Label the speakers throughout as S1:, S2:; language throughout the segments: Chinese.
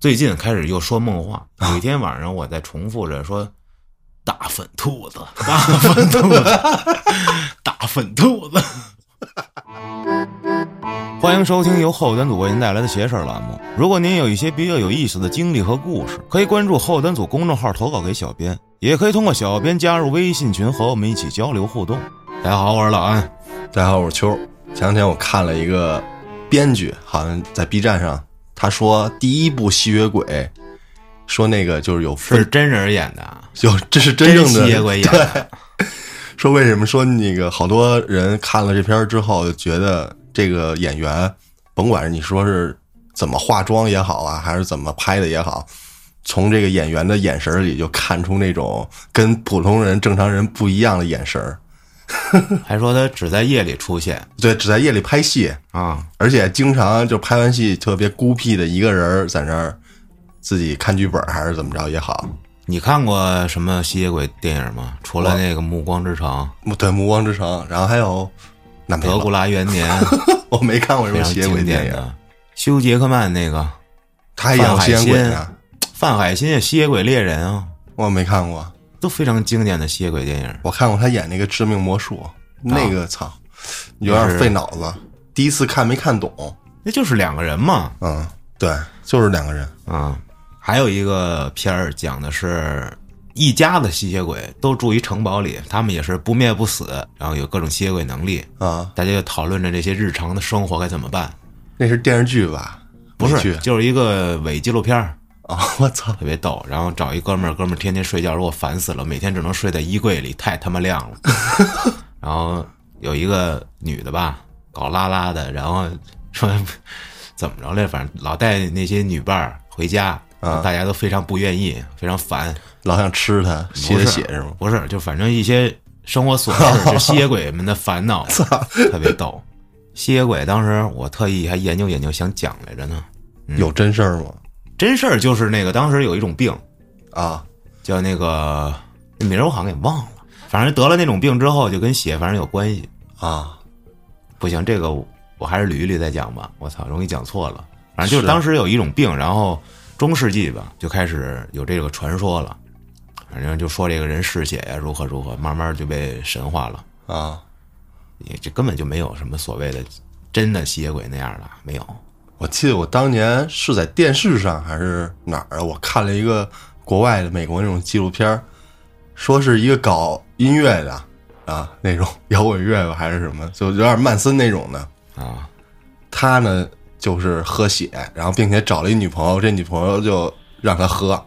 S1: 最近开始又说梦话。
S2: 啊
S1: 有一天晚上，我在重复着说：“大粉兔 子，大粉兔子，大粉兔子。”
S2: 欢迎收听由后端组为您带来的“邪事儿”栏目。如果您有一些比较有意思的经历和故事，可以关注后端组公众号投稿给小编，也可以通过小编加入微信群和我们一起交流互动。大家好，我是老安。
S3: 大家好，我是秋儿。前两天我看了一个编剧，好像在 B 站上，他说第一部吸血鬼，说那个就是有
S1: 是
S3: 分，
S1: 真人演的啊，
S3: 有这是真
S1: 真
S3: 正
S1: 吸
S3: 的
S1: 血鬼演的。
S3: 说为什么说那个好多人看了这片儿之后，觉得这个演员，甭管是你说是怎么化妆也好啊，还是怎么拍的也好，从这个演员的眼神儿里就看出那种跟普通人、正常人不一样的眼神儿。
S1: 还说他只在夜里出现
S3: 对，只在夜里拍戏，
S1: 啊，
S3: 而且经常就拍完戏特别孤僻的一个人儿在那儿自己看剧本儿还是怎么着也好。
S1: 你看过什么吸血鬼电影吗？除了那个《暮光之城
S3: 暮对《暮光之城》，然后还有那》，没
S1: 德
S3: 了，
S1: 古拉元年，
S3: 我没看过什
S1: 非
S3: 么
S1: 常
S3: 吸血鬼
S1: 经
S3: 电
S1: 典
S3: 影，
S1: 的。休·杰克曼那个
S3: 他也演过吸血鬼
S1: 范海
S3: 呢，
S1: 范海辛也《吸血鬼猎人》啊，
S3: 我没看过，
S1: 都非常经典的吸血鬼电影。
S3: 我看过他演那个《致命魔术》，那个操，有点费脑子，第一次看没看懂，
S1: 那就是两个人嘛，
S3: 嗯，对，就是两个人，
S1: 啊、还有一个片儿讲的是一家子吸血鬼都住一城堡里，他们也是不灭不死，然后有各种吸血鬼能力，
S3: 啊，
S1: 大家就讨论着这些日常的生活该怎么办。
S3: 那是电视剧吧？
S1: 不
S3: 美剧
S1: 是，就是一个伪纪录片儿，
S3: 啊，我操，
S1: 特别逗。然后找一哥们儿，哥们儿天天睡觉，说我烦死了，每天只能睡在衣柜里，太他妈亮了。然后有一个女的吧，搞拉拉的，然后说 怎么着来，反正老带那些女伴儿回家，
S3: 啊
S1: 大家都非常不愿意，非常烦。
S3: 老想吃他，吸
S1: 不
S3: 他
S1: 是
S3: 血是吗？
S1: 不是，就反正一些生活琐事，就吸血鬼们的烦恼，特别逗。吸血鬼当时我特意还研究研究，想讲来着呢。
S3: 有真事儿吗？
S1: 真事儿就是那个当时有一种病
S3: 啊，
S1: 叫那个那名儿我好像给忘了，反正得了那种病之后就跟血反正有关系。
S3: 啊，
S1: 不行，这个我我还是捋一捋再讲吧。我操，容易讲错了。反正就是是当时有一种病，然后中世纪吧就开始有这个传说了，反正就说这个人嗜血呀、如何如何，慢慢就被神化了。
S3: 啊，
S1: 也这根本就没有什么所谓的真的吸血鬼那样的，没有。
S3: 我记得我当年是在电视上还是哪儿啊，我看了一个国外的美国那种纪录片儿，说是一个搞音乐的啊，那种摇滚乐吧还是什么，就有点曼森那种的
S1: 啊。
S3: 他呢就是喝血，然后并且找了一女朋友，这女朋友就让他喝，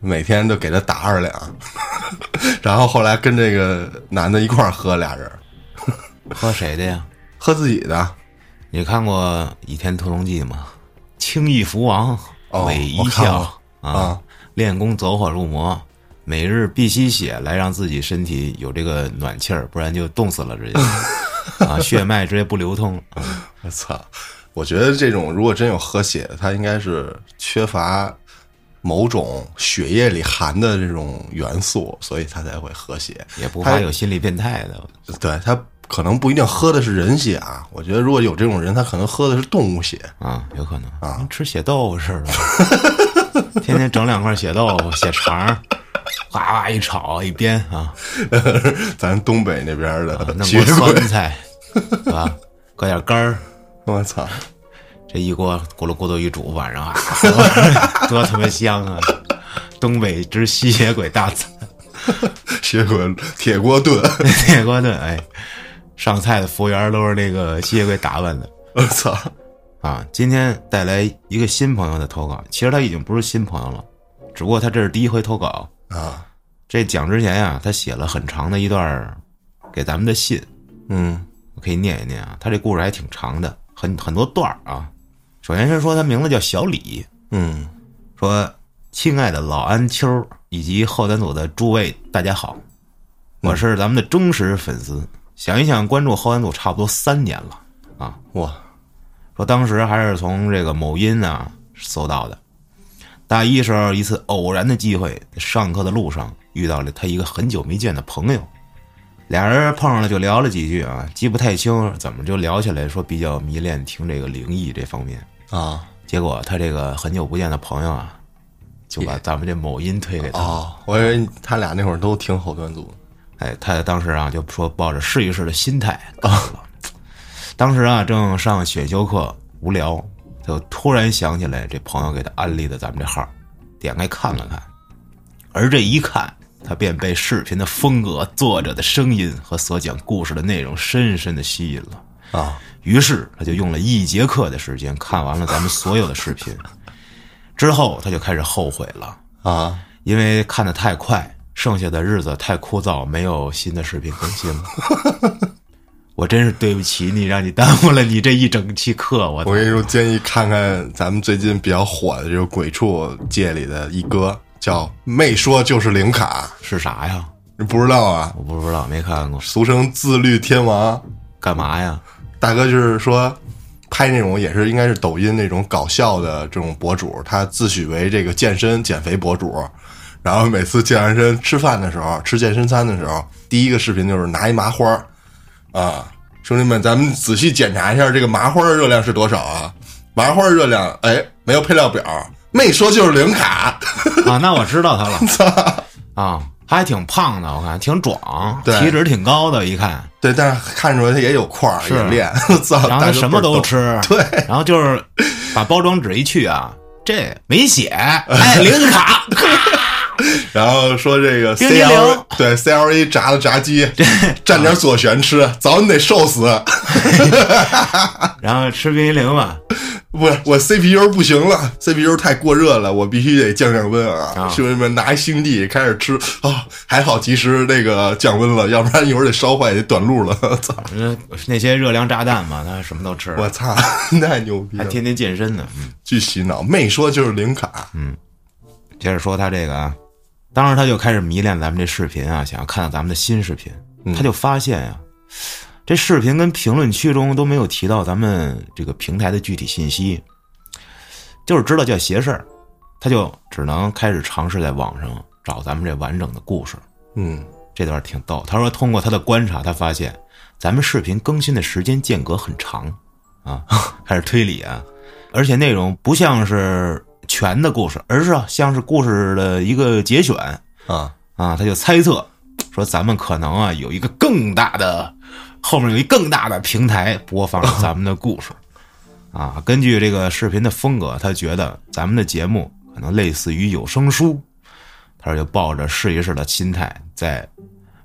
S3: 每天就给他打二两， 然后后来跟这个男的一块儿喝，俩人
S1: 喝谁的呀？
S3: 喝自己的。
S1: 你看过《倚天屠龙记》吗？轻易福王，
S3: 哦
S1: 韦一
S3: 我看
S1: 笑啊
S3: 过啊，
S1: 练功走火入魔，每日必吸血来让自己身体有这个暖气儿，不然就冻死了 直接啊，血脉直接不流通。
S3: 我 操！我觉得这种如果真有喝血的，他应该是缺乏某种血液里含的这种元素，所以他才会喝血。
S1: 也不
S3: 他
S1: 怕有心理变态的，
S3: 对他可能不一定喝的是人血啊。我觉得如果有这种人，他可能喝的是动物血。
S1: 啊，有可能啊，跟吃血豆腐似的， 天天整两块血豆腐、血肠儿，哗哗一炒一煸啊，
S3: 咱东北那边
S1: 啊
S3: 的
S1: 弄
S3: 血
S1: 锅
S3: 鬼，
S1: 酸菜，是 吧？搁点干儿，
S3: 我操！
S1: 这一锅咕噜咕噜一煮，晚上啊， 多他妈香啊！东北之吸血鬼大餐，
S3: 血鬼铁锅炖，
S1: 铁锅炖，哎，上菜的服务员都是那个吸血鬼打扮的
S3: 我操！
S1: 啊。今天带来一个新朋友的投稿，其实他已经不是新朋友了，只不过他这是第一回投稿。
S3: 啊，
S1: 这讲之前呀、他写了很长的一段儿给咱们的信，
S3: 嗯
S1: 我可以念一念啊。他这故事还挺长的，很很多段儿啊。首先是说他名字叫小李，
S3: 嗯，
S1: 说：“亲爱的老安秋儿以及后端组的诸位，大家好，我是咱们的忠实粉丝。想一想，关注后端组差不多三年了啊，
S3: 哇，
S1: 说当时还是从这个某音啊搜到的。大一时候一次偶然的机会，上课的路上遇到了他一个很久没见的朋友，俩人碰上了就聊了几句啊，记不太清怎么就聊起来，说比较迷恋听这个灵异这方面。
S3: 啊
S1: 结果他这个很久不见的朋友啊，就把咱们这某音推给他。
S3: 哦，我以为他俩那会儿都听后端组，
S1: 哎，他当时啊就说抱着试一试的心态啊。 当时啊正上选修课无聊，就突然想起来这朋友给他安利的咱们这号，点开看了看，而这一看，他便被视频的风格、作者的声音和所讲故事的内容深深的吸引了。
S3: 啊，
S1: 于是他就用了一节课的时间看完了咱们所有的视频，之后他就开始后悔了，
S3: 啊，
S1: 因为看的太快，剩下的日子太枯燥，没有新的视频更新了。 我真是对不起你，让你耽误了你这一整期课。我
S3: 我跟你说，建议看看咱们最近比较火的这个鬼畜界里的一哥，叫“没说就是零卡
S1: 是啥呀？”，
S3: 你不知道啊？
S1: 我不知道，没看过，
S3: 俗称“自律天王
S1: 干嘛呀？”，
S3: 大哥就是说拍那种也是应该是抖音那种搞笑的这种博主，他自诩为这个健身减肥博主。然后每次健完身吃饭的时候，吃健身餐的时候，第一个视频就是拿一麻花儿啊，兄弟们，咱们仔细检查一下这个麻花的热量是多少啊？麻花的热量，哎，没有配料表，没说就是零卡。
S1: 啊，那我知道他了 啊，他还挺胖的，我看挺壮，
S3: 对
S1: 体脂挺高的，一看。
S3: 对，但是看出来他也有块儿，
S1: 是
S3: 也练。 操，
S1: 然后
S3: 大
S1: 他
S3: 哥
S1: 什么
S3: 倍
S1: 都
S3: 儿
S1: 吃，
S3: 对，
S1: 然后就是把包装纸一去啊，这没 写，哎，零卡，
S3: 逗。然后说这个
S1: 冰激
S3: C L
S1: 凌
S3: 对 C L A 炸的 炸鸡，蘸点左旋吃，早你得瘦死。
S1: 然后吃冰激凌吧，
S3: 不是我 C P U 不行了，C P U 太过热了，我必须得降降温啊！
S1: 啊
S3: 兄弟们拿一星地开始吃啊，还好及时那个降温了，要不然一会儿得烧坏得短路了。 操！
S1: 嗯那些热量炸弹嘛，他什么都吃，
S3: 我操， 太牛逼
S1: 还
S3: 了！
S1: 天天健身呢。嗯
S3: 巨洗脑，没说就是零卡，
S1: 接着说他这个啊，当时他就开始迷恋咱们这视频啊，想要看到咱们的新视频，他就发现呀、这视频跟评论区中都没有提到咱们这个平台的具体信息，就是知道叫邪事儿，他就只能开始尝试在网上找咱们这完整的故事。
S3: 嗯，
S1: 这段挺逗。他说，通过他的观察，他发现咱们视频更新的时间间隔很长啊， 开始推理啊，而且内容不像是全的故事，而是啊像是故事的一个节选
S3: 啊，
S1: 啊。他就猜测说，咱们可能啊有一个更大的，后面有一更大的平台播放了咱们的故事啊。根据这个视频的风格，他觉得咱们的节目可能类似于有声书。他就抱着试一试的心态，在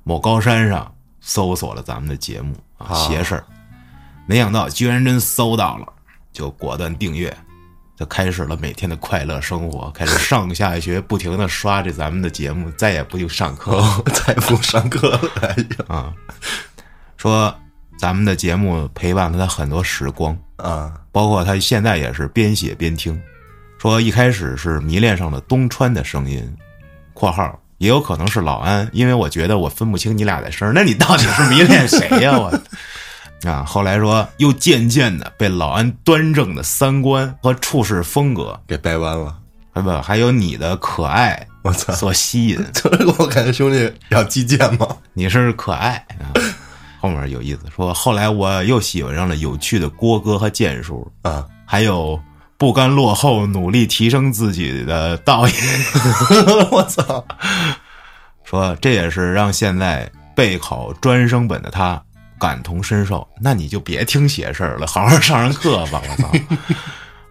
S1: 某高山上搜索了咱们的节目啊，邪事儿。没想到居然真搜到了，就果断订阅，就开始了每天的快乐生活，开始上下学不停的刷这咱们的节目，再也不用上课了
S3: 哦，再不上课了，哎呀，
S1: 啊。说咱们的节目陪伴了他很多时光，
S3: 啊，
S1: 包括他现在也是边写边听，说一开始是迷恋上了东川的声音（括号也有可能是老安），因为我觉得我分不清你俩的声儿，那你到底是迷恋谁呀、我啊，后来说又渐渐的被老安端正的三观和处事风格，
S3: 给掰弯了，
S1: 啊不，还有你的可爱
S3: 我操！
S1: 所吸引，
S3: 就是我感觉兄弟要击剑吗？
S1: 你是可爱啊。后面有意思，说后来我又喜欢上了有趣的郭哥和建叔，
S3: 啊，
S1: 还有不甘落后、努力提升自己的 道爷，
S3: 我操，
S1: 说这也是让现在备考专升本的他感同身受。那你就别听邪事儿了，好好上上课吧！ 我操，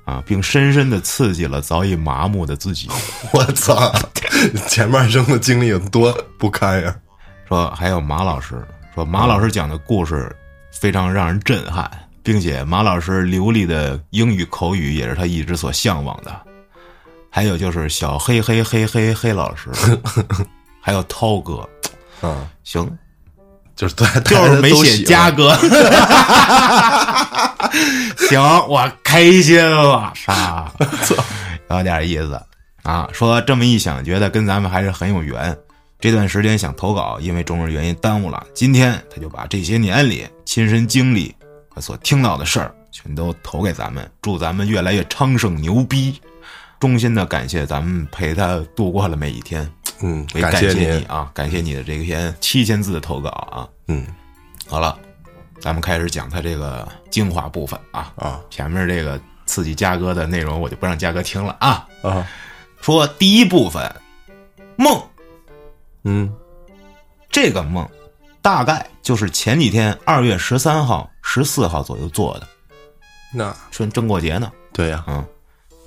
S1: 啊，并深深的刺激了早已麻木的自己。
S3: 我操！前半生的经历有多不堪呀？
S1: 说还有马老师，说马老师讲的故事非常让人震撼，并且马老师流利的英语口语也是他一直所向往的。还有就是小黑黑黑黑黑老师，还有涛哥，
S3: 啊，
S1: 行，
S3: 就是大
S1: 就
S3: 大家
S1: 是
S3: 都
S1: 没写
S3: 喜欢
S1: 嘉哥。 行，我开心了， 啊，有点意思啊。说这么一想，觉得跟咱们还是很有缘。这段时间想投稿，因为种种原因耽误了。今天他就把这些年里亲身经历和所听到的事儿全都投给咱们，祝咱们越来越昌盛牛逼。衷心的感谢咱们陪他度过了每一天，
S3: 嗯，
S1: 也
S3: 感
S1: 谢
S3: 您，
S1: 你啊，感谢你的这篇七千字的投稿啊。
S3: 嗯
S1: 好了，咱们开始讲他这个精华部分啊。
S3: 啊
S1: 前面这个刺激嘉哥的内容，我就不让嘉哥听了啊。
S3: 啊
S1: 说第一部分梦
S3: 嗯
S1: 这个梦，大概就是前几天二月十三号、十四号左右做的，
S3: 那
S1: 趁正过节呢。
S3: 对呀、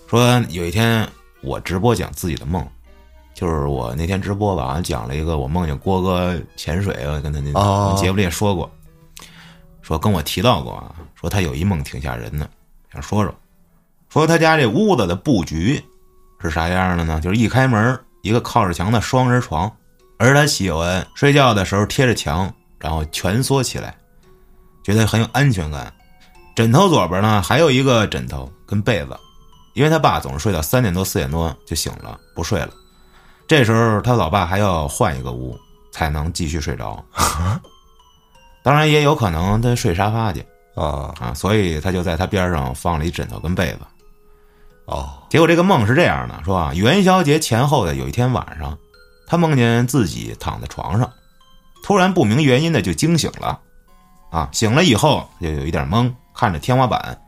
S1: 说有一天我直播讲自己的梦，就是我那天直播吧，讲了一个我梦见郭哥潜水，我跟他那、
S3: 哦
S1: 节目里也说过，说跟我提到过啊，说他有一梦挺吓人的，想说说，说他家这屋子的布局是啥样的呢？就是一开门一个靠着墙的双人床，而他喜欢睡觉的时候贴着墙，然后蜷缩起来，觉得很有安全感。枕头左边呢还有一个枕头跟被子，因为他爸总是睡到三点多四点多就醒了，不睡了。这时候他老爸还要换一个屋才能继续睡着。当然也有可能他睡沙发去
S3: 啊
S1: 啊，所以他就在他边上放了一枕头跟被子。
S3: 哦
S1: 结果这个梦是这样的，说啊，元宵节前后的有一天晚上，他梦见自己躺在床上，突然不明原因的就惊醒了，啊，醒了以后就有一点懵，看着天花板，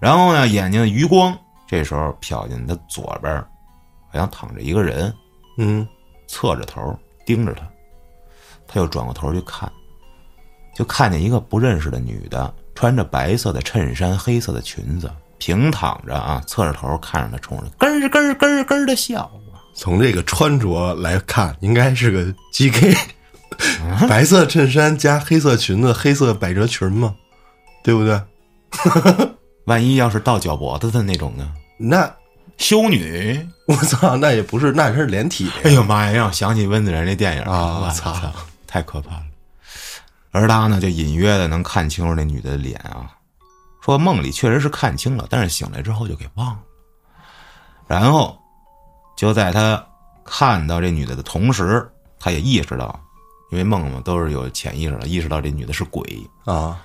S1: 然后呢，眼睛的余光这时候瞟见他左边，好像躺着一个人，
S3: 嗯
S1: 侧着头盯着他，他又转过头去看，就看见一个不认识的女的，穿着白色的衬衫、黑色的裙子，平躺着啊，侧着头看着他，冲着他咯儿咯儿咯儿咯儿的笑。
S3: 从这个穿着来看，应该是个 GK，、白
S1: 啊
S3: 色衬衫加黑色裙子，黑色百褶裙嘛，对不对？
S1: 万一要是到脚脖子的那种呢？
S3: 那
S1: 修女，
S3: 我操，那也不是，那是连体的
S1: 哎
S3: 呀。
S1: 呦妈呀，让我想起温子仁那电影
S3: 啊
S1: 我
S3: 操，
S1: 太可怕了。而他呢，就隐约的能看清楚那女的脸啊，说梦里确实是看清了，但是醒来之后就给忘了。然后就在他看到这女的的同时，他也意识到，因为梦嘛都是有潜意识的，意识到这女的是鬼，
S3: 啊，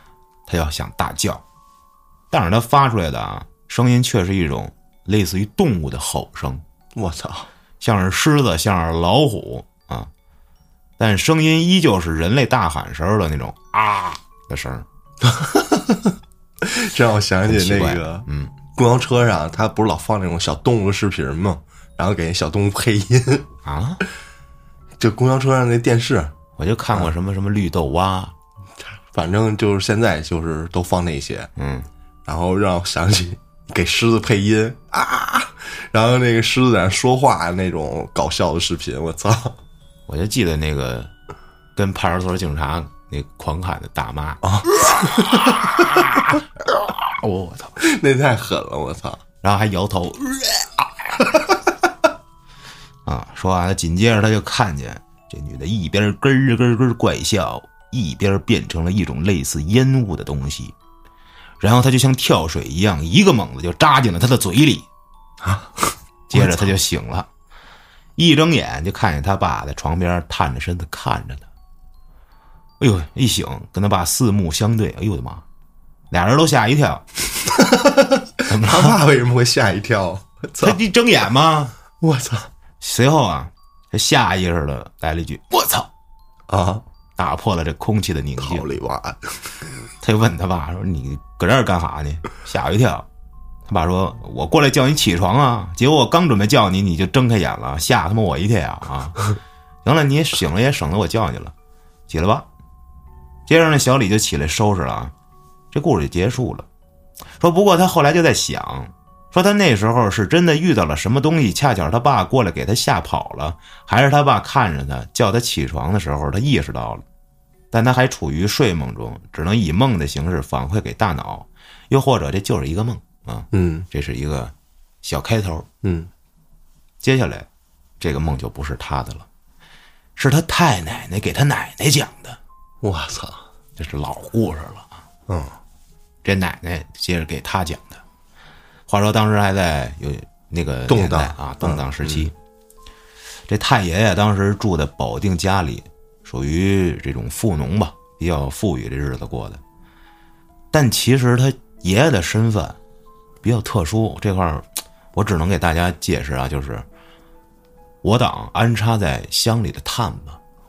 S1: 他要想大叫，但是他发出来的啊声音却是一种类似于动物的吼声。
S3: 我操，
S1: 像是狮子，像是老虎啊，但声音依旧是人类大喊时候的那种啊的声儿。
S3: 这让我想起那
S1: 很奇
S3: 个，嗯，公交车上他不是老放那种小动物视频吗？然后给那小动物配音，
S1: 啊，
S3: 就公交车上那电视，
S1: 我就看过什么什么绿豆蛙，
S3: 反正就是现在就是都放那些，
S1: 嗯，
S3: 然后让我想起给狮子配音啊，然后那个狮子在那说话那种搞笑的视频，我操，
S1: 我就记得那个跟派出所警察那狂喊的大妈 啊，我我操，
S3: 那太狠了，我操，
S1: 然后还摇头，啊， 说完了，紧接着他就看见这女的一边咯儿咯儿咯儿怪笑，一边变成了一种类似烟雾的东西，然后他就像跳水一样，一个猛子就扎进了他的嘴里，啊， 接着他就醒了，一睁眼就看见他爸在床边探着身子看着他，哎呦，一醒跟他爸四目相对，哎呦我的妈，俩人都吓一跳，怎么了？
S3: 他爸为什么会吓一跳？ 我操
S1: 他，一睁眼嘛，
S3: 我操
S1: 随后啊，他下意识的来了一句“我操
S3: 啊，”，
S1: 打破了这空气的宁
S3: 好
S1: 静。
S3: 里娃，
S1: 他就问他爸说：“你搁这儿干啥呢？吓我一跳。”他爸说：“我过来叫你起床啊，结果我刚准备叫你，你就睁开眼了，吓他妈我一跳啊！行了，你也醒了也省得我叫你了，起来吧。”接着呢，小李就起来收拾了啊，这故事就结束了。说不过他后来就在想，说他那时候是真的遇到了什么东西，恰巧他爸过来给他吓跑了，还是他爸看着他叫他起床的时候，他意识到了，但他还处于睡梦中，只能以梦的形式反馈给大脑，又或者这就是一个梦啊，
S3: 嗯
S1: 这是一个小开头。
S3: 嗯，
S1: 接下来，这个梦就不是他的了，是他太奶奶给他奶奶讲的，
S3: 我操，
S1: 这是老故事了。
S3: 嗯，
S1: 这奶奶接着给他讲的。话说当时还在有那个
S3: 动
S1: 年代
S3: 荡嗯
S1: 啊，动荡时期。这太爷爷当时住在保定家里，属于这种富农吧，比较富裕这日子过的。但其实他爷爷的身份比较特殊，这块儿我只能给大家解释啊，就是我党安插在乡里的探子，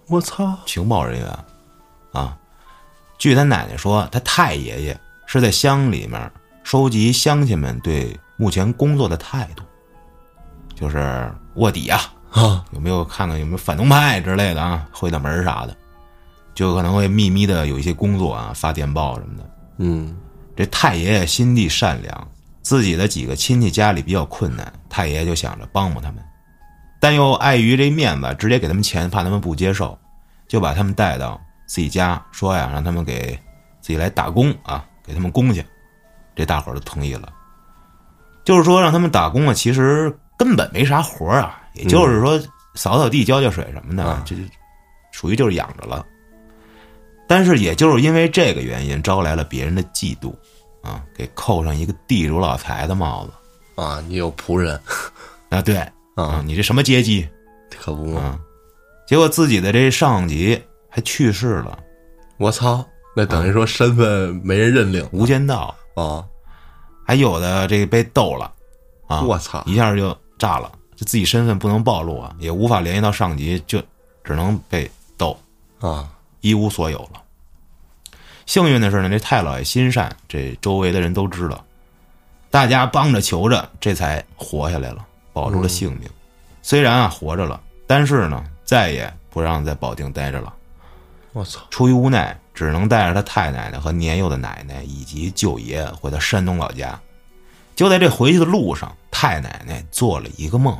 S3: 我操，
S1: 情报人员，啊，据他奶奶说，他太爷爷是在乡里面收集乡亲们对目前工作的态度，就是卧底啊，
S3: 啊，
S1: 有没有看看有没有反动派之类的啊，会的门儿啥的，就可能会秘密的有一些工作啊，发电报什么的。
S3: 嗯
S1: 这太爷爷心地善良，自己的几个亲戚家里比较困难，太爷爷就想着帮帮他们，但又碍于这面子，直接给他们钱，怕他们不接受，就把他们带到自己家，说呀，让他们给自己来打工啊，给他们工去。这大伙儿都同意了，就是说让他们打工啊，其实根本没啥活儿啊，也就是说扫扫地、浇浇水什么的，这就属于就是养着了。但是也就是因为这个原因，招来了别人的嫉妒，啊，给扣上一个地主老财的帽子
S3: 啊，你有仆人
S1: 啊，对啊，
S3: 啊，
S1: 你这什么阶级
S3: 可不嘛，
S1: 啊？结果自己的这上级还去世了，
S3: 我操，那等于说身份没人认领
S1: 《无间道
S3: 啊，》
S1: 还有的这被斗了，啊，
S3: 我操，
S1: 一下就炸了，就自己身份不能暴露啊，也无法联系到上级，就只能被斗，
S3: 啊，
S1: 一无所有了。幸运的是呢，这太老爷心善，这周围的人都知道，大家帮着求着，这才活下来了，保住了性命。虽然啊活着了，但是呢，再也不让在保定待着了。
S3: 我操，
S1: 出于无奈，只能带着他太奶奶和年幼的奶奶以及舅爷回到山东老家。就在这回去的路上，太奶奶做了一个梦，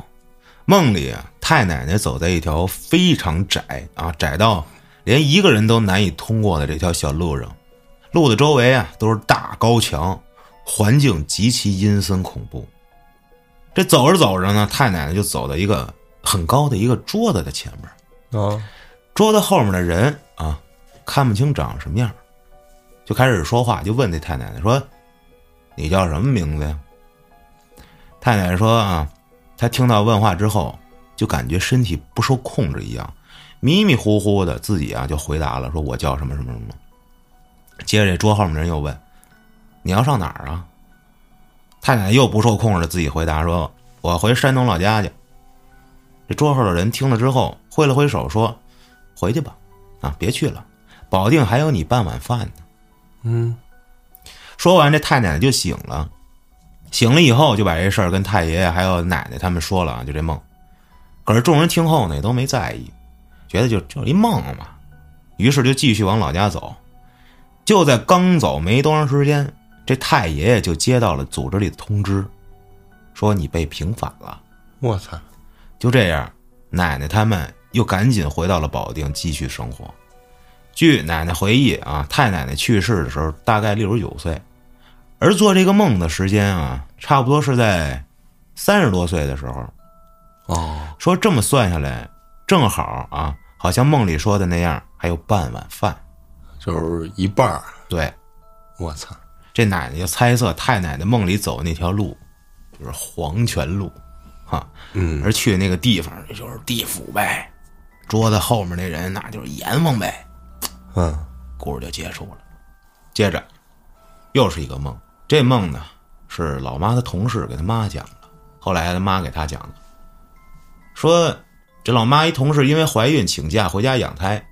S1: 梦里啊，太奶奶走在一条非常窄啊，窄到连一个人都难以通过的这条小路上，路的周围啊都是大高墙，环境极其阴森恐怖。这走着走着呢，太奶奶就走到一个很高的一个桌子的前面，
S3: 啊，
S1: 桌子后面的人啊，看不清长什么样，就开始说话，就问那太奶奶说：“你叫什么名字呀？”太奶奶说：“啊，她听到问话之后，就感觉身体不受控制一样，迷迷糊糊的，自己啊就回答了，说我叫什么什么什么。”接着这桌后面的人又问：“你要上哪儿啊？”太奶奶又不受控制的自己回答说：“我回山东老家去。”这桌后的人听了之后，挥了挥手说：“回去吧，啊，别去了，保定还有你半碗饭呢。
S3: 嗯，
S1: 说完，这太奶奶就醒了，醒了以后就把这事儿跟太爷爷还有奶奶他们说了啊，就这梦。可是众人听后呢，也都没在意，觉得就就是一梦嘛，于是就继续往老家走。就在刚走没多长时间，这太爷爷就接到了组织里的通知，说你被平反了。
S3: 我操，
S1: 就这样，奶奶他们又赶紧回到了保定继续生活。据奶奶回忆啊，太奶奶去世的时候大概六十九岁，而做这个梦的时间啊，差不多是在三十多岁的时候。
S3: 哦，
S1: 说这么算下来，正好啊，好像梦里说的那样，还有半碗饭。
S3: 就是一半儿，
S1: 对，
S3: 我操，
S1: 这奶奶就猜测太奶奶梦里走那条路，就是黄泉路，哈，
S3: 嗯，
S1: 而去那个地方就是地府呗，桌子后面那人那就是阎王呗。
S3: 嗯，
S1: 故事就结束了。接着，又是一个梦，这梦呢是老妈的同事给他妈讲的，后来他妈给他讲的，说这老妈一同事因为怀孕请假回家养胎，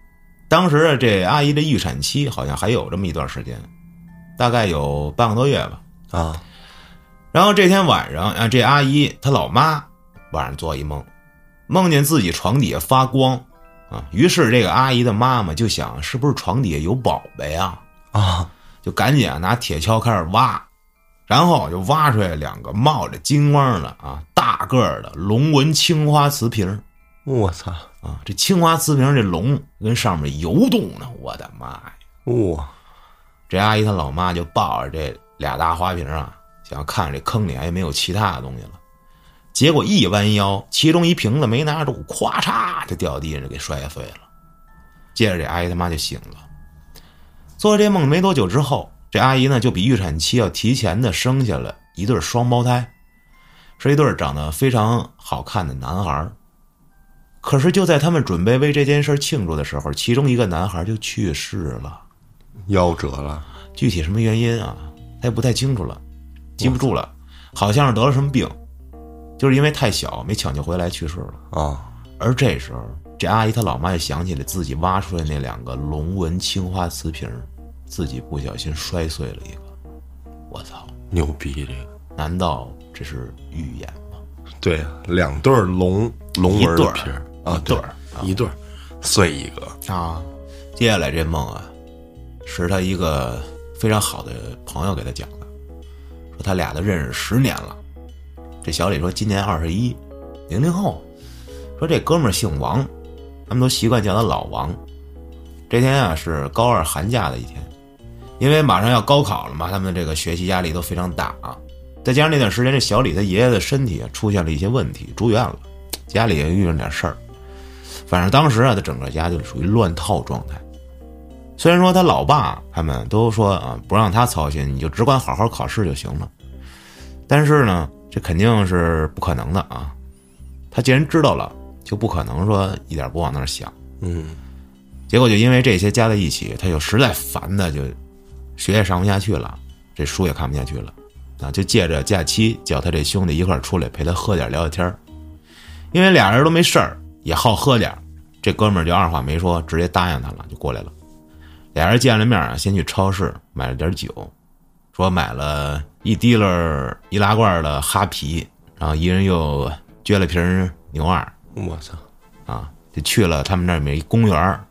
S1: 当时啊这阿姨的预产期好像还有这么一段时间，大概有半个多月吧。
S3: 啊，
S1: 然后这天晚上啊，这阿姨她老妈晚上做一梦，梦见自己床底下发光啊，于是这个阿姨的妈妈就想是不是床底下有宝贝啊，
S3: 啊，
S1: 就赶紧啊拿铁锹开始挖，然后就挖出来两个冒着金光的啊大个儿的龙纹青花瓷瓶儿
S3: 我操，
S1: 啊，这青花瓷瓶儿这龙跟上面游动呢，我的妈呀！
S3: 哇，
S1: 这阿姨她老妈就抱着这俩大花瓶啊，想要看这坑里还有没有其他的东西了。结果一弯腰，其中一瓶子没拿住，咵嚓就掉地上给摔碎了。接着这阿姨他妈就醒了。做这梦没多久之后，这阿姨呢就比预产期要提前的生下了一对双胞胎，是一对长得非常好看的男孩儿。可是就在他们准备为这件事庆祝的时候，其中一个男孩就去世了。
S3: 夭折了，
S1: 具体什么原因啊，他也不太清楚了，记不住了，好像是得了什么病，就是因为太小没抢救回来去世了。
S3: 啊，
S1: 而这时候，这阿姨她老妈就想起了自己挖出来那两个龙纹青花瓷瓶儿，自己不小心摔碎了一个。我操！
S3: 牛逼这个，
S1: 难道这是预言吗？
S3: 对，啊两对儿龙龙
S1: 一
S3: 纹
S1: 对
S3: 的
S1: 儿
S3: 皮儿啊，
S1: 对
S3: 对
S1: 儿，
S3: 一对儿碎一个，
S1: 啊，接下来这梦啊，是他一个非常好的朋友给他讲的，说他俩都认识十年了。这小李说今年二十一，零零后，说这哥们儿姓王，他们都习惯叫他老王。这天啊是高二寒假的一天，因为马上要高考了嘛，他们这个学习压力都非常大啊。再加上那段时间，这小李他爷爷的身体啊出现了一些问题，住院了，家里也遇上点事儿。反正当时啊，他整个家就属于乱套状态。虽然说他老爸他们都说啊，不让他操心，你就只管好好考试就行了。但是呢，这肯定是不可能的啊。他既然知道了，就不可能说一点不往那儿想。
S3: 嗯，
S1: 结果就因为这些加在一起，他就实在烦的就学也上不下去了，这书也看不下去了，啊，就借着假期叫他这兄弟一块儿出来陪他喝点儿聊聊天儿因为俩人都没事儿，也好喝点儿这哥们儿就二话没说，直接答应他了，就过来了。俩人见了面啊，先去超市买了点酒，说买了一提溜儿易拉罐的哈啤，然后一人又撅了瓶儿牛二，
S3: 我操，
S1: 啊，就去了他们那儿有一公园儿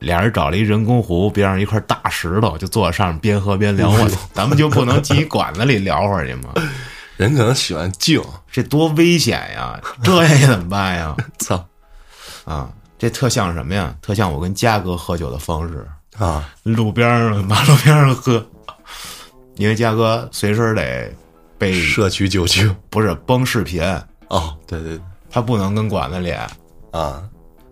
S1: 俩人找了一人工湖边上一块大石头，就坐在上面边喝边聊。我操，咱们就不能进馆子里聊会儿去吗？
S3: 人可能喜欢静，
S1: 这多危险呀！这也怎么办呀？
S3: 操
S1: 啊，这特像什么呀？特像我跟嘉哥喝酒的方式，
S3: 啊，
S1: 路边儿马路边上喝，因为嘉哥随时得被
S3: 社区九区
S1: 不是崩视频，
S3: 哦，对对对
S1: 他不能跟馆子里。
S3: 啊，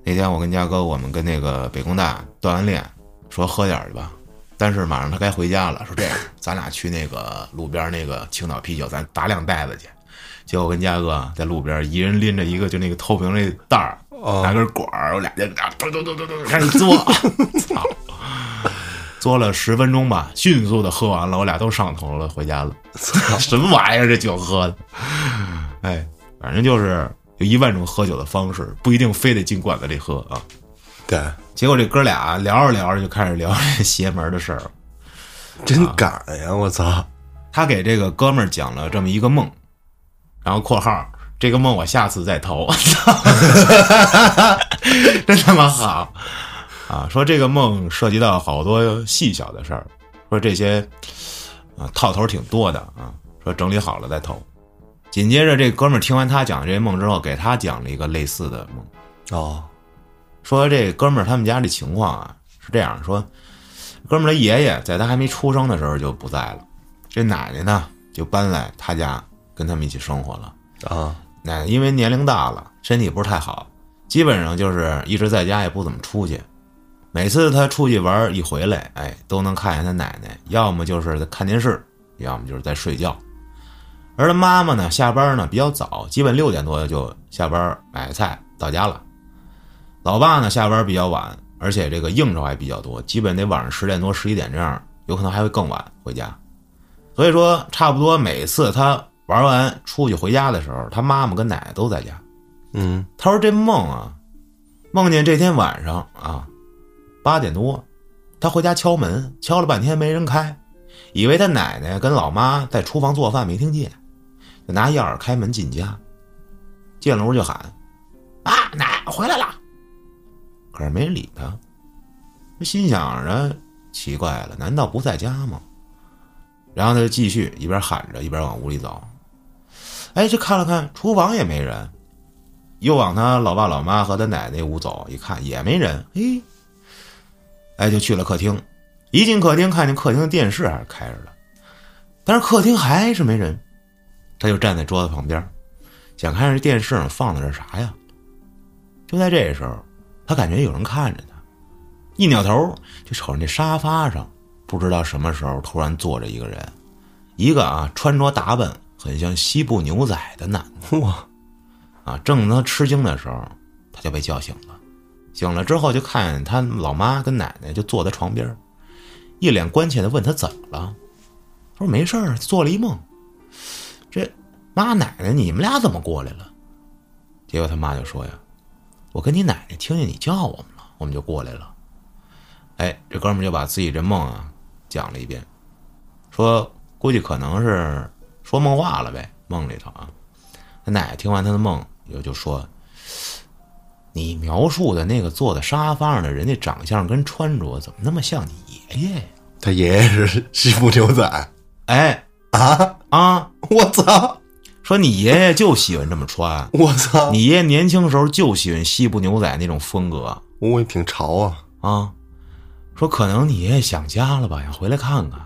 S1: 那天我跟嘉哥，我们跟那个北工大锻完炼，说喝点儿去吧。但是马上他该回家了，说这样，咱俩去那个路边那个青岛啤酒，咱打两袋子去。结果我跟嘉哥在路边，一人拎着一个就那个透明那袋儿，拿根管儿，我俩就俩咚咚咚咚咚开始嘬，操，嘬了十分钟吧，迅速的喝完了，我俩都上头了，回家了。 什么玩意儿？这酒喝的，哎，反正就是有一万种喝酒的方式，不一定非得进馆子里喝啊。
S3: 对，
S1: 结果这哥俩聊着聊着就开始聊这邪门的事儿了。
S3: 真敢呀，我操，
S1: 他给这个哥们儿讲了这么一个梦，然后括号这个梦我下次再投， 真他妈好啊！说这个梦涉及到好多细小的事儿，说这些啊套头挺多的啊，说整理好了再投。紧接着这哥们儿听完他讲的这些梦之后，给他讲了一个类似的梦。
S3: 哦，
S1: 说这哥们儿他们家这情况啊是这样说，哥们儿他爷爷在他还没出生的时候就不在了，这奶奶呢就搬来他家跟他们一起生活了。
S3: 啊，
S1: 奶奶哎因为年龄大了，身体不是太好，基本上就是一直在家也不怎么出去。每次他出去玩儿一回来，哎，都能看见他奶奶，要么就是在看电视，要么就是在睡觉。而他妈妈呢，下班呢比较早，基本六点多就下班买菜到家了。老爸呢，下班比较晚，而且这个应酬还比较多，基本得晚上十点多、十一点这样，有可能还会更晚回家。所以说，差不多每次他玩完出去回家的时候，他妈妈跟奶奶都在家。
S3: 嗯，
S1: 他说这梦啊，梦见这天晚上啊，八点多，他回家敲门，敲了半天没人开，以为他奶奶跟老妈在厨房做饭没听见，就拿钥匙开门进家，进了屋就喊：“啊，奶回来了！”可是没人理他，心想着奇怪了，难道不在家吗？然后他就继续一边喊着一边往屋里走。哎，这看了看厨房也没人，又往他老爸、老妈和他奶奶屋走，一看也没人，嘿，哎，就去了客厅。一进客厅，看见客厅的电视还是开着的，但是客厅还是没人。他就站在桌子旁边，想看这电视上放的是啥呀？就在这时候，他感觉有人看着他，一扭头就瞅着那沙发上，不知道什么时候突然坐着一个人，一个啊穿着打扮很像西部牛仔的男的。
S3: 哇，
S1: 啊，正当他吃惊的时候，他就被叫醒了。醒了之后，就看见他老妈跟奶奶就坐在床边儿，一脸关切的问他怎么了。他说没事儿，做了一梦。这妈奶奶，你们俩怎么过来了？结果他妈就说呀：“我跟你奶奶听见你叫我们了，我们就过来了。”哎，这哥们儿就把自己这梦啊讲了一遍，说估计可能是说梦话了呗，梦里头啊。他奶奶听完他的梦，就就说：“你描述的那个坐在沙发上的人，那长相跟穿着怎么那么像你爷爷呀
S3: 他爷爷是 西部牛仔
S1: 哎
S3: 啊！
S1: 啊，
S3: 我操！
S1: 说你爷爷就喜欢这么穿，
S3: 我操！
S1: 你爷爷年轻时候就喜欢西部牛仔那种风格
S3: 我也挺潮啊！
S1: 啊。说可能你爷爷想家了吧，想回来看看。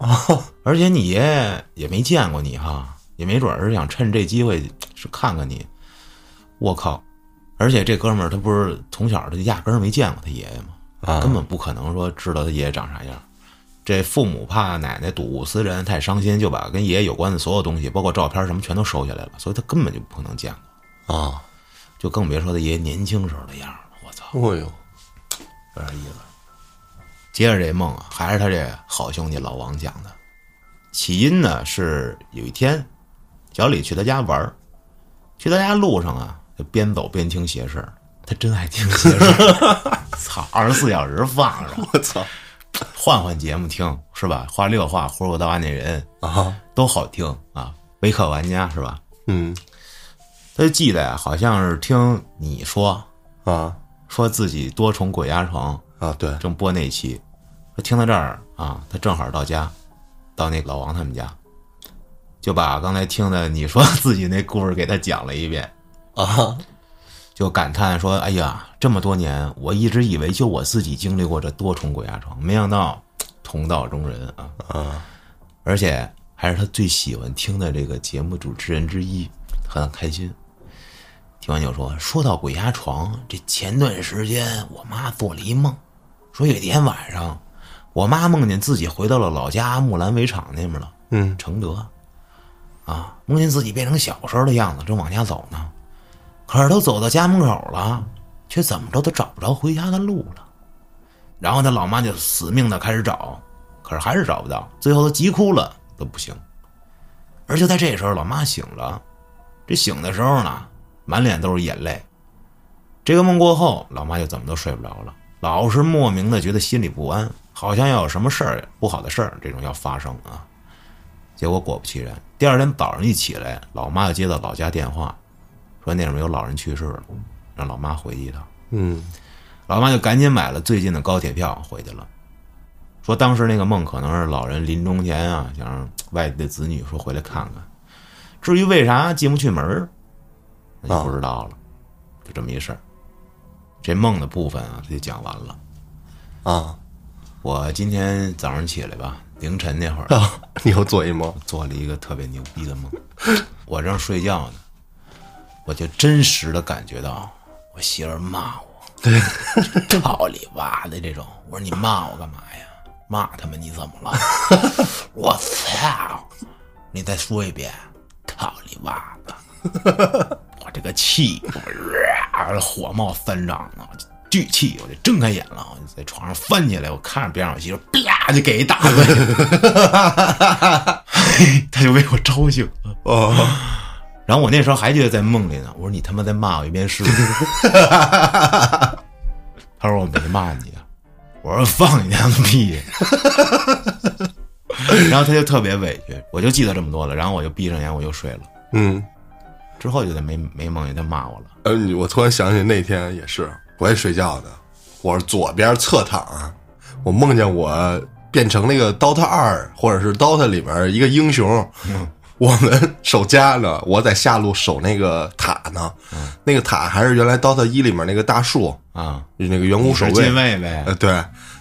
S3: 哦
S1: 而且你爷爷也没见过你哈，也没准儿是想趁这机会是看看你。我靠！而且这哥们儿他不是从小他压根儿没见过他爷爷吗？
S3: 啊
S1: 根本不可能说知道他爷爷长啥样。这父母怕奶奶睹物思人，太伤心，就把跟爷爷有关的所有东西，包括照片什么，全都收下来了，所以他根本就不可能见过，
S3: 啊！
S1: 就更别说他爷爷年轻时候的样儿了。我操！
S3: 哦呦，有点意思。
S1: 接着这梦啊，还是他这好兄弟老王讲的。起因呢是有一天，小李去他家玩儿，去他家路上啊，就边走边听邪事儿。他真爱听邪事儿， 操，二十四小时放着，
S3: 我操
S1: 换换节目听是吧？话六话《胡说八道案内人》
S3: 啊！
S1: 都好听啊，维克玩家是吧？
S3: 嗯
S1: 他就记得呀、好像是听你说
S3: 啊
S1: 说自己多重鬼压床，
S3: 啊！对，
S1: 正播那期，说听到这儿啊，他正好到家，到那老王他们家，就把刚才听的你说自己那故事给他讲了一遍，
S3: 啊，
S1: 就感叹说：“哎呀，这么多年，我一直以为就我自己经历过这多重鬼压床，没想到同道中人啊！
S3: 啊，
S1: 而且还是他最喜欢听的这个节目主持人之一，很开心。”听完就说：“说到鬼压床，这前段时间我妈做了一梦，说有一天晚上，我妈梦见自己回到了老家木兰围场那边了，
S3: 嗯
S1: 承德，啊，梦见自己变成小时候的样子，正往家走呢，可是都走到家门口了，却怎么着都找不着回家的路了。然后他老妈就死命的开始找，可是还是找不到，最后都急哭了，都不行。而就在这时候，老妈醒了，这醒的时候呢，满脸都是眼泪。这个梦过后，老妈就怎么都睡不着了，老是莫名的觉得心里不安，好像要有什么事儿不好的事儿这种要发生啊。结果果不其然，第二天早上一起来，老妈就接到老家电话，说那边有老人去世了，让老妈回去一趟。
S3: 嗯
S1: 老妈就赶紧买了最近的高铁票回去了。说当时那个梦可能是老人临终前啊，想让外地的子女说回来看看。至于为啥进不去门儿，那就不知道了。就这么一事儿。这梦的部分啊，这就讲完了。
S3: 啊
S1: 我今天早上起来吧，凌晨那会儿
S3: 啊！你又做一梦
S1: 做了一个特别牛逼的梦， 我正睡觉呢，我就真实的感觉到我媳妇儿骂我， 操你妈的这种！我说你骂我干嘛呀？骂他们你怎么了？我操！你再说一遍，操你妈的！我这个气，我这火冒三丈啊，巨气！我就睁开眼了，我就在床上翻起来，我看着边上我媳妇儿，啪就给一大嘴。他就为我高兴。
S3: 哦
S1: 然后我那时候还觉得在梦里呢，我说你他妈在骂我一遍是不是？ 他说我没骂你啊，我说放你娘的屁。 然后他就特别委屈，我就记得这么多了，然后我就闭上眼我就睡了，
S3: 嗯。
S1: 之后就再没没梦见他骂我了。
S3: 呃，你我突然想起那天也是，我也睡觉呢，我是左边侧躺，我梦见我变成那个 DOTA 二或者是 DOTA 里面一个英雄，我们 守家呢，我在下路守那个塔呢，那个塔还是原来 DOTA 一里面那个大树，
S1: 啊，
S3: 就那个远古守
S1: 是
S3: 卫
S1: 进位呗
S3: 呃，，对，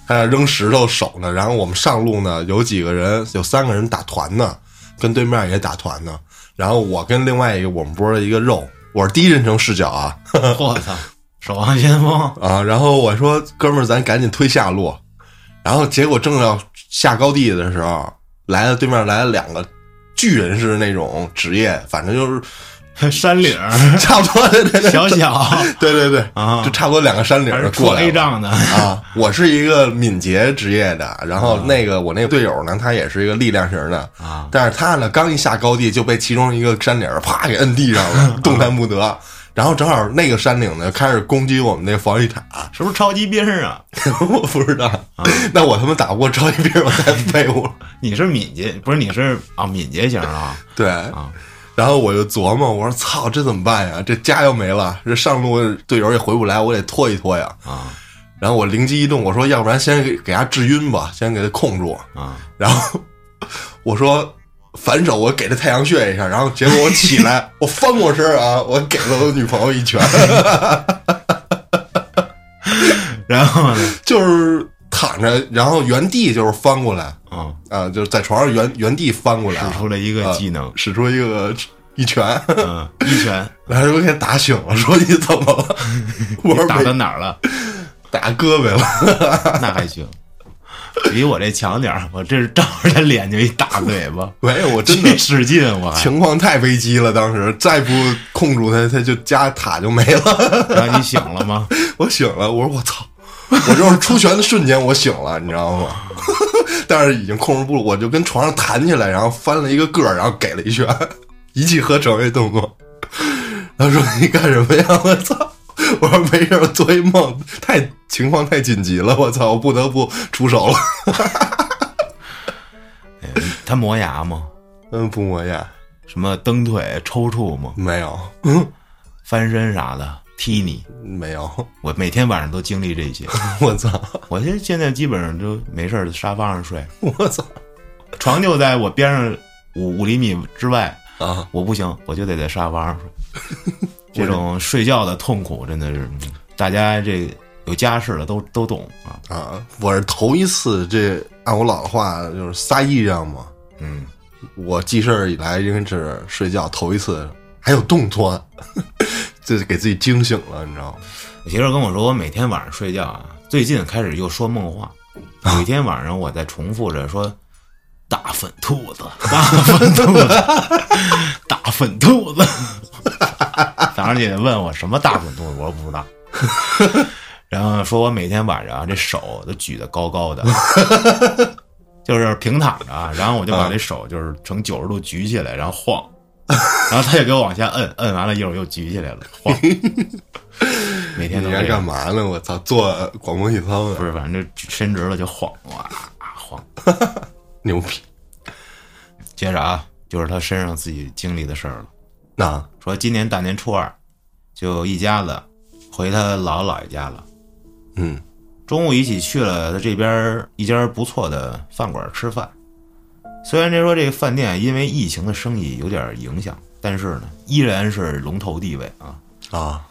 S3: 他在扔石头守呢。然后我们上路呢，有几个人，有三个人打团呢，跟对面也打团呢。然后我跟另外一个我们波的一个肉，我是第一人称视角啊
S1: 我操，守望先锋，
S3: 啊。然后我说哥们儿，咱赶紧推下路。然后结果正要下高地的时候，来了对面来了两个巨人是那种职业，反正就是
S1: 山岭儿
S3: 差不多的那 种
S1: 小小
S3: 对对对，
S1: 啊
S3: 就差不多两个山岭
S1: 还
S3: 儿
S1: 是
S3: 过
S1: 过
S3: 来
S1: A
S3: 了。
S1: 仗的，
S3: 啊，我是一个敏捷职业的，然后那个我那个队友呢，他也是一个力量型的
S1: 啊
S3: 但是他呢，刚一下高地就被其中一个山岭儿啪给摁地上了，动弹不得。然后正好那个山岭呢开始攻击我们那个防御塔，
S1: 是不是超级兵啊？
S3: 我不知道， 那我他妈打不过超级兵，我太废物了。
S1: 哦你是敏捷，不是你是啊敏捷型啊？
S3: 对，然后我就琢磨，我说操，这怎么办呀？这家又没了，这上路队友也回不来，我得拖一拖呀。
S1: 啊
S3: 然后我灵机一动，我说要不然先给给他治晕吧，先给他控住。
S1: 啊！
S3: 然后 我说反手我给他太阳穴一下，然后结果我起来，我翻过身啊，我给了我女朋友一拳，
S1: 然后呢？
S3: 就是躺着，然后原地就是翻过来
S1: 啊，
S3: 啊，就是在床上原原地翻过来
S1: 使
S3: 啊，
S1: 出了一个技能，
S3: 使出一个一拳，
S1: 嗯，一拳
S3: 然后就给他打醒了，说你怎么 了？我说
S1: 打到
S3: 没
S1: 哪儿了？
S3: 打胳膊了，
S1: 那还行，比我这强点儿。我这是照着他脸就一大嘴巴，
S3: 没有，我 真的
S1: 真使劲， 我还。
S3: 情况太危机了，当时再不控住他，他就加塔就没了。
S1: 然后你醒了吗？
S3: 我醒了，我说我操，我就是出拳的瞬间我醒了，你知道吗？ 但是已经控制不住，我就跟床上弹起来，然后翻了一个个儿，然后给了一拳，一气呵成这动作。他说你干什么呀？我操！我说没事儿，做一梦，太情况太紧急了，我操，我不得不出手了。
S1: 哎他磨牙吗？
S3: 嗯，不磨牙，
S1: 什么蹬腿、抽搐吗？
S3: 没有，
S1: 翻身啥的，踢你。
S3: 没有，
S1: 我每天晚上都经历这些。
S3: 我操，
S1: 我现现在基本上就没事儿，沙发上睡，
S3: 我操
S1: 床就在我边上五五厘米之外。
S3: 啊！
S1: 我不行，我就得在沙发上睡。这种睡觉的痛苦真的是，嗯大家这有家室的都都懂啊。
S3: 啊，我是头一次这按我姥的话就是撒衣裳嘛。
S1: 嗯，
S3: 我记事儿以来应该是睡觉头一次还有动作， 这是给自己惊醒了，你知道吗？
S1: 我媳妇儿跟我说，我每天晚上睡觉啊，最近开始又说梦话。有一天晚上，我在重复着说：“大粉兔子，大粉兔子， 大粉兔子。”早上起来问我什么大粉兔子，我说不知道。然后说我每天晚上啊这手都举得高高的，就是平躺着啊，然后我就把这手就是呈九十度举起来，然后晃，然后他就给我往下摁，摁完了一会儿又举起来了，晃。 每天都
S3: 你
S1: 这样
S3: 还干嘛呢？我操，做广播体操
S1: 不
S3: 呢，
S1: 是，反正就伸直了就晃，哇晃。
S3: 牛逼！
S1: 接着啊，就是他身上自己经历的事儿了。
S3: 那
S1: 说今年大年初二，就一家子回他姥姥姥爷家了。
S3: 嗯
S1: 中午一起去了他这边一家不错的饭馆吃饭。虽然这说这个饭店因为疫情的生意有点影响，但是呢，依然是龙头地位啊。
S3: 啊，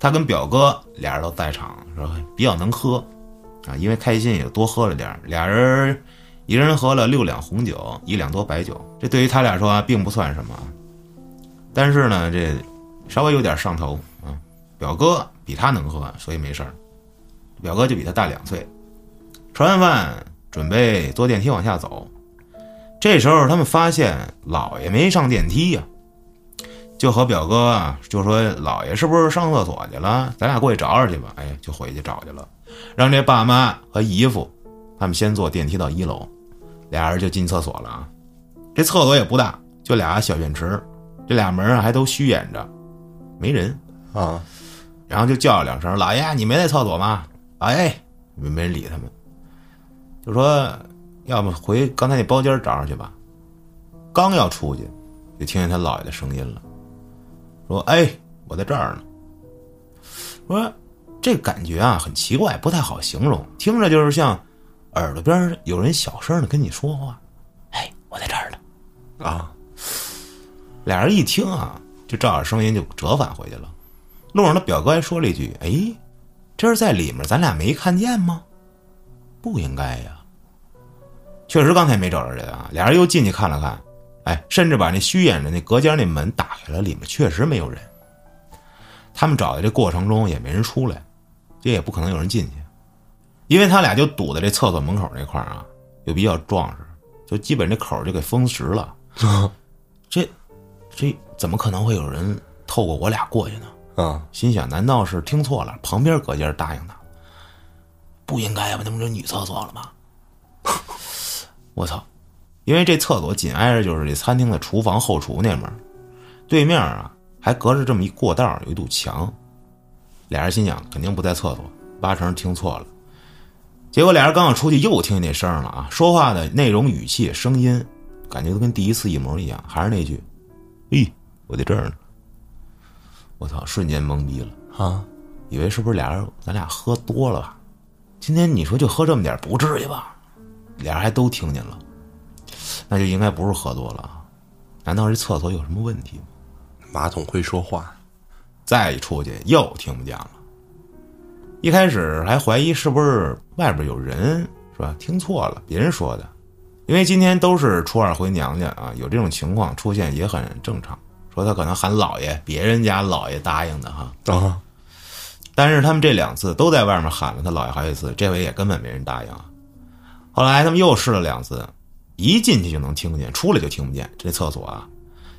S1: 他跟表哥俩人都在场，说比较能喝啊，因为开心也多喝了点儿俩人一人喝了六两红酒，一两多白酒，这对于他俩说啊，并不算什么啊。但是呢，这稍微有点上头啊。表哥比他能喝，所以没事儿。表哥就比他大两岁。吃完饭，准备坐电梯往下走，这时候他们发现姥爷没上电梯呀、就和表哥啊，就说姥爷是不是上厕所去了？咱俩过去找找去吧。哎，就回去找去了，让这爸妈和姨父他们先坐电梯到一楼，俩人就进厕所了啊。这厕所也不大，就俩小便池，这俩门啊还都虚掩着，没人。
S3: 啊
S1: 然后就叫了两声：“老爷，你没在厕所吗？”哎，没没人理他们，就说：“要么回刚才那包间找上去吧。”刚要出去，就听见他姥爷的声音了，说：“哎，我在这儿呢。”说这感觉啊很奇怪，不太好形容，听着就是像耳朵边有人小声的跟你说话：“哎，我在这儿呢。”
S3: 啊，
S1: 俩人一听啊，就照着声音就折返回去了。路上他表哥还说了一句：“哎，这是在里面，咱俩没看见吗？不应该呀。”确实，刚才没找着人啊。俩人又进去看了看，哎，甚至把那虚掩着那隔间那门打开了，里面确实没有人。他们找的这过程中也没人出来，这也不可能有人进去，因为他俩就堵在这厕所门口那块儿啊，又比较壮实，就基本这口儿就给封实了。这这怎么可能会有人透过我俩过去呢？
S3: 啊
S1: 心想，难道是听错了？旁边隔间答应他，不应该吧？那不就女厕所了吗？ 我操！因为这厕所紧挨着就是这餐厅的厨房后厨那门儿，对面啊还隔着这么一过道儿，有一堵墙。俩人心想，肯定不在厕所，八成是听错了。结果俩人刚要出去，又听见那声儿了啊！说话的内容、语气、声音，感觉都跟第一次一模一样，还是那句：“咦，我在这儿呢，我操，瞬间懵逼了，
S3: 啊，
S1: 以为是不是俩人咱俩喝多了吧？今天你说就喝这么点儿，不至于吧？俩人还都听见了，那就应该不是喝多了啊？难道这厕所有什么问题吗？
S3: 马桶会说话，
S1: 再一出去又听不见了。一开始还怀疑是不是外边有人，是吧？听错了，别人说的。因为今天都是初二回娘家啊，有这种情况出现也很正常。说他可能喊姥爷，别人家姥爷答应的哈。
S3: 啊，
S1: 但是他们这两次都在外面喊了他姥爷好几次，这回也根本没人答应啊。后来他们又试了两次，一进去就能听见，出来就听不见。这厕所啊，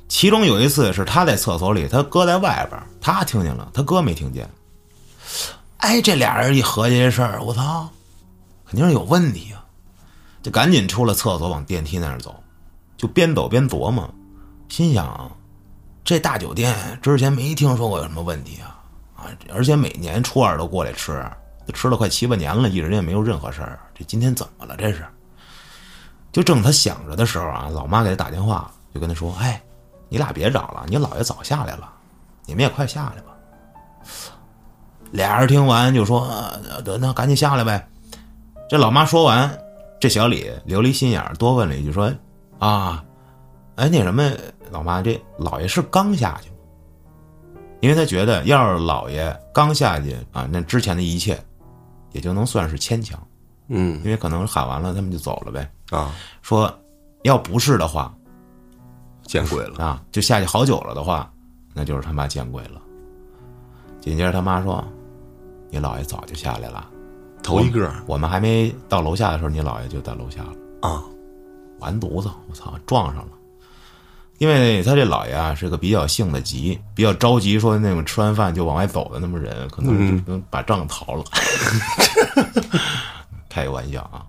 S1: 其中有一次是他在厕所里，他哥在外边，他听见了，他哥没听见。哎，这俩人一合计这事儿，我操，肯定是有问题啊！就赶紧出了厕所，往电梯那儿走，就边走边琢磨，心想，这大酒店之前没听说过有什么问题啊。啊，而且每年初二都过来吃，都吃了快七八年了，一直也没有任何事儿。这今天怎么了？这是？就正他想着的时候啊，老妈给他打电话，就跟他说：“哎，你俩别找了，你姥爷早下来了，你们也快下来吧。”俩人听完就说：“呃得，那赶紧下来呗。”这老妈说完，这小李留了一心眼儿，多问了一句说：“啊，哎，那什么，老妈，这姥爷是刚下去吗？”因为他觉得要是老爷刚下去啊，那之前的一切也就能算是牵强，
S3: 嗯
S1: 因为可能喊完了他们就走了呗。
S3: 啊，
S1: 说要不是的话
S3: 见鬼了，
S1: 啊，就下去好久了的话，那就是他妈见鬼了。紧接着他妈说：“你姥爷早就下来了，
S3: 头一个
S1: 我们还没到楼下的时候，你姥爷就在楼下了。”
S3: 啊，
S1: 完犊子，我操，撞上了。因为他这姥爷啊是个比较性子急、比较着急，说那种吃完饭就往外走的那么人，可能就把账逃了。 开个玩笑啊，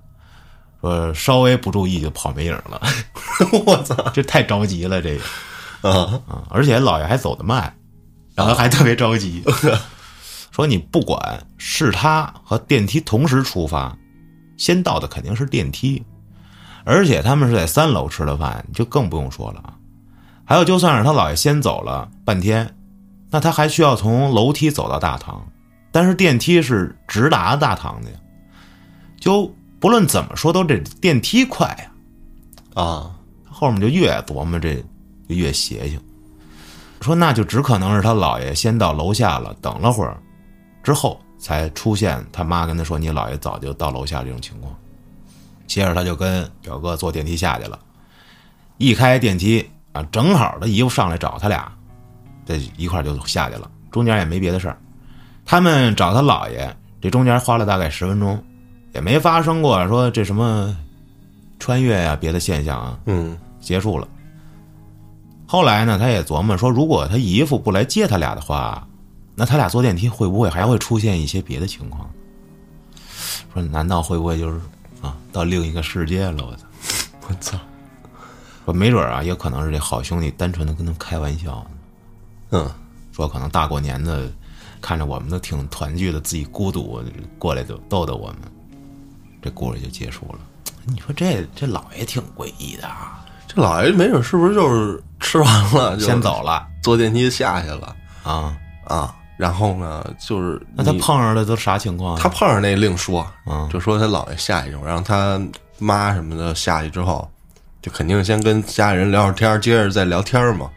S1: 说稍微不注意就跑没影了，
S3: 我操
S1: 这太着急了这个
S3: 啊，
S1: 啊！而且姥爷还走得慢，然后还特别着急，说你不管是他和电梯同时出发，先到的肯定是电梯，而且他们是在三楼吃的饭，就更不用说了啊。还有，就算是他姥爷先走了半天，那他还需要从楼梯走到大堂，但是电梯是直达大堂的呀，就不论怎么说都这电梯快呀、
S3: 啊，
S1: 后面就越琢磨这就越邪性，说那就只可能是他姥爷先到楼下了，等了会儿之后才出现他妈跟他说你姥爷早就到楼下这种情况。接着他就跟表哥坐电梯下去了，一开电梯啊，正好他姨夫上来找他俩，这一块儿就下去了，中间也没别的事儿。他们找他姥爷，这中间花了大概十分钟，也没发生过说这什么穿越呀、别的现象啊。
S3: 嗯
S1: 结束了。后来呢，他也琢磨说，如果他姨父不来接他俩的话，那他俩坐电梯会不会还会出现一些别的情况？说难道会不会就是啊，到另一个世界了？我操！
S3: 我操，
S1: 说没准儿啊，也可能是这好兄弟单纯的跟他们开玩笑呢，
S3: 嗯，
S1: 说可能大过年的，看着我们都挺团聚的，自己孤独过来就逗逗我们。这故事就结束了。你说这这老爷挺诡异的啊，
S3: 这老爷没准是不是就是吃完了就
S1: 先走了
S3: 坐电梯下去了
S1: 啊。
S3: 啊？然后呢，就是
S1: 那他
S3: 你
S1: 碰上的都啥情况啊、
S3: 他碰上那另说，
S1: 嗯
S3: 就说他姥爷下去，然后他妈什么的下去之后，就肯定先跟家里人聊会儿天儿，接着再聊天儿嘛，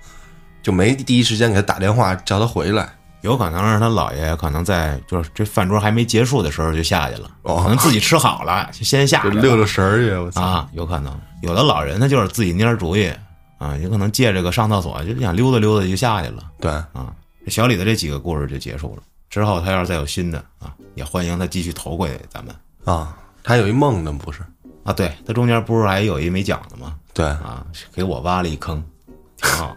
S3: 就没第一时间给他打电话叫他回来。
S1: 有可能是他姥爷可能在就是这饭桌还没结束的时候就下去了，
S3: 哦
S1: 可能自己吃好 了就先下去
S3: 就
S1: 了
S3: 溜溜神儿去，我操！
S1: 啊，有可能有的老人他就是自己捏主意啊，有可能借这个上厕所就想溜达溜达就下去了
S3: 对，
S1: 啊。这小李的这几个故事就结束了，之后他要是再有新的啊，也欢迎他继续投给咱们
S3: 啊，他有一梦呢，不是？
S1: 啊。对他中间不是还有一没讲的吗？
S3: 对，
S1: 啊，给我挖了一坑，挺好。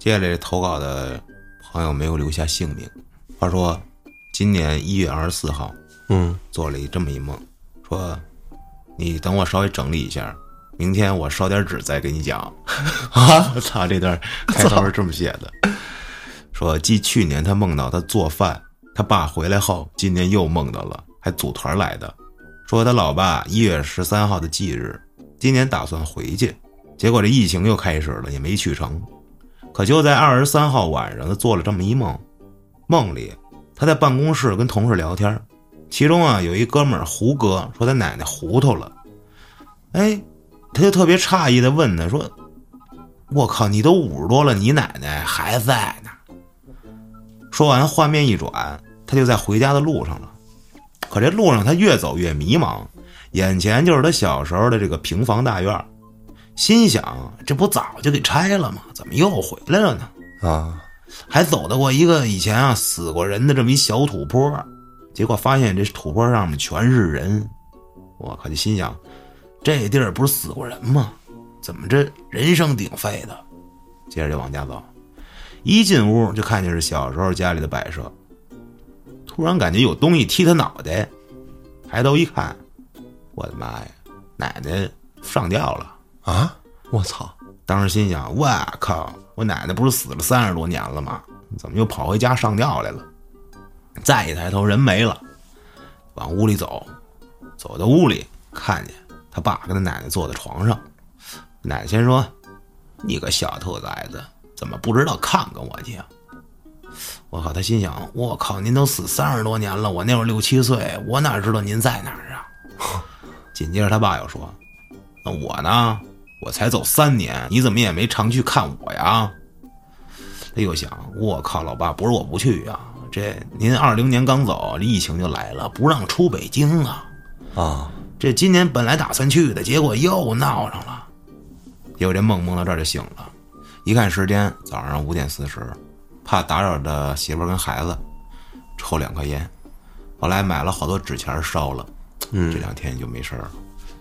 S1: 接下来这投稿的朋友没有留下姓名，他说今年一月二十四号
S3: 嗯
S1: 做了一这么一梦，说你等我稍微整理一下，明天我烧点纸再给你讲。 啊，我操，这段开头是这么写的，说继去年他梦到他做饭，他爸回来后，今年又梦到了，还组团来的，说他老爸一月十三号的忌日，今年打算回去，结果这疫情又开始了，也没去成。可就在二十三号晚上，他做了这么一梦，梦里他在办公室跟同事聊天，其中啊有一哥们儿胡哥说他奶奶糊涂了，哎，他就特别诧异的问他说：“我靠，你都五十多了，你奶奶还在呢？”说完，画面一转，他就在回家的路上了。可这路上他越走越迷茫，眼前就是他小时候的这个平房大院儿，心想这不早就给拆了吗？怎么又回来了呢？
S3: 啊，
S1: 还走得过一个以前啊死过人的这么一小土坡儿，结果发现这土坡上面全是人，我靠！就心想，这地儿不是死过人吗？怎么这人声鼎沸的？接着就往家走，一进屋就看见是小时候家里的摆设，突然感觉有东西踢他脑袋，抬头一看，我的妈呀，奶奶上吊了！
S3: 啊！我操！
S1: 当时心想：“我靠，我奶奶不是死了三十多年了吗？怎么又跑回家上吊来了？”再一抬头，人没了，往屋里走，走到屋里，看见他爸跟他奶奶坐在床上。奶奶先说：“你个小兔崽子，怎么不知道看看我去啊？”我靠，他心想：“我靠，您都死三十多年了，我那会儿六七岁，我哪知道您在哪儿啊？” 紧接着他爸又说：“那我呢？我才走三年，你怎么也没常去看我呀？他又想，我靠，老爸，不是我不去呀、这您二零年刚走，这疫情就来了，不让出北京啊。
S3: 啊，
S1: 这今年本来打算去的，结果又闹上了。结果这梦梦到这儿就醒了，一看时间，早上五点四十，怕打扰着媳妇儿跟孩子，抽两块烟，后来买了好多纸钱儿烧了，嗯，这两天就没事儿了。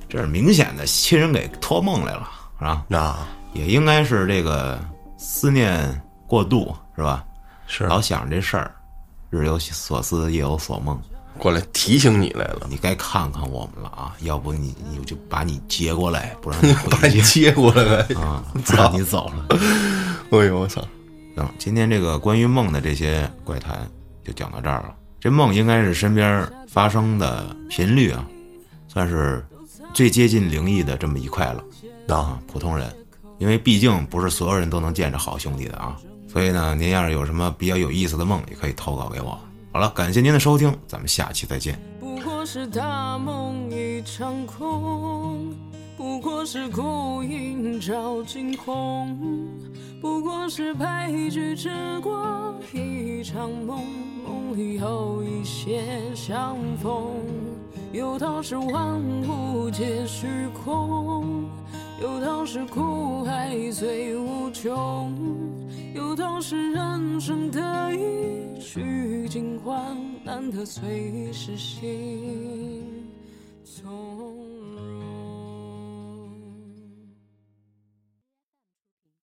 S1: 这是明显的亲人给托梦来了，是吧？
S3: 那
S1: 也应该是这个思念过度，是吧？
S3: 是
S1: 老想着这事儿，日有所思，夜有所梦。
S3: 过来提醒你来了，
S1: 你该看看我们了啊！要不你你就把你接过来，不让你
S3: 把
S1: 回去
S3: 你接过来了。
S1: 啊，不让你走了。
S3: 哎呦，我操！
S1: 行，今天这个关于梦的这些怪谈就讲到这儿了。这梦应该是身边发生的频率啊，算是最接近灵异的这么一块了。
S3: 啊
S1: 啊，，普通人，因为毕竟不是所有人都能见着好兄弟的啊。所以呢，您要是有什么比较有意思的梦，也可以投稿给我。好了，感谢您的收听，咱们下期再见。
S4: 不过是大梦一场空，不过是孤影照惊鸿，不过是白驹之过一场梦，梦里有一些相逢，有道是万物皆虚空，有道是苦海最无穷，有道是人生得意须尽欢，难得随时行踪。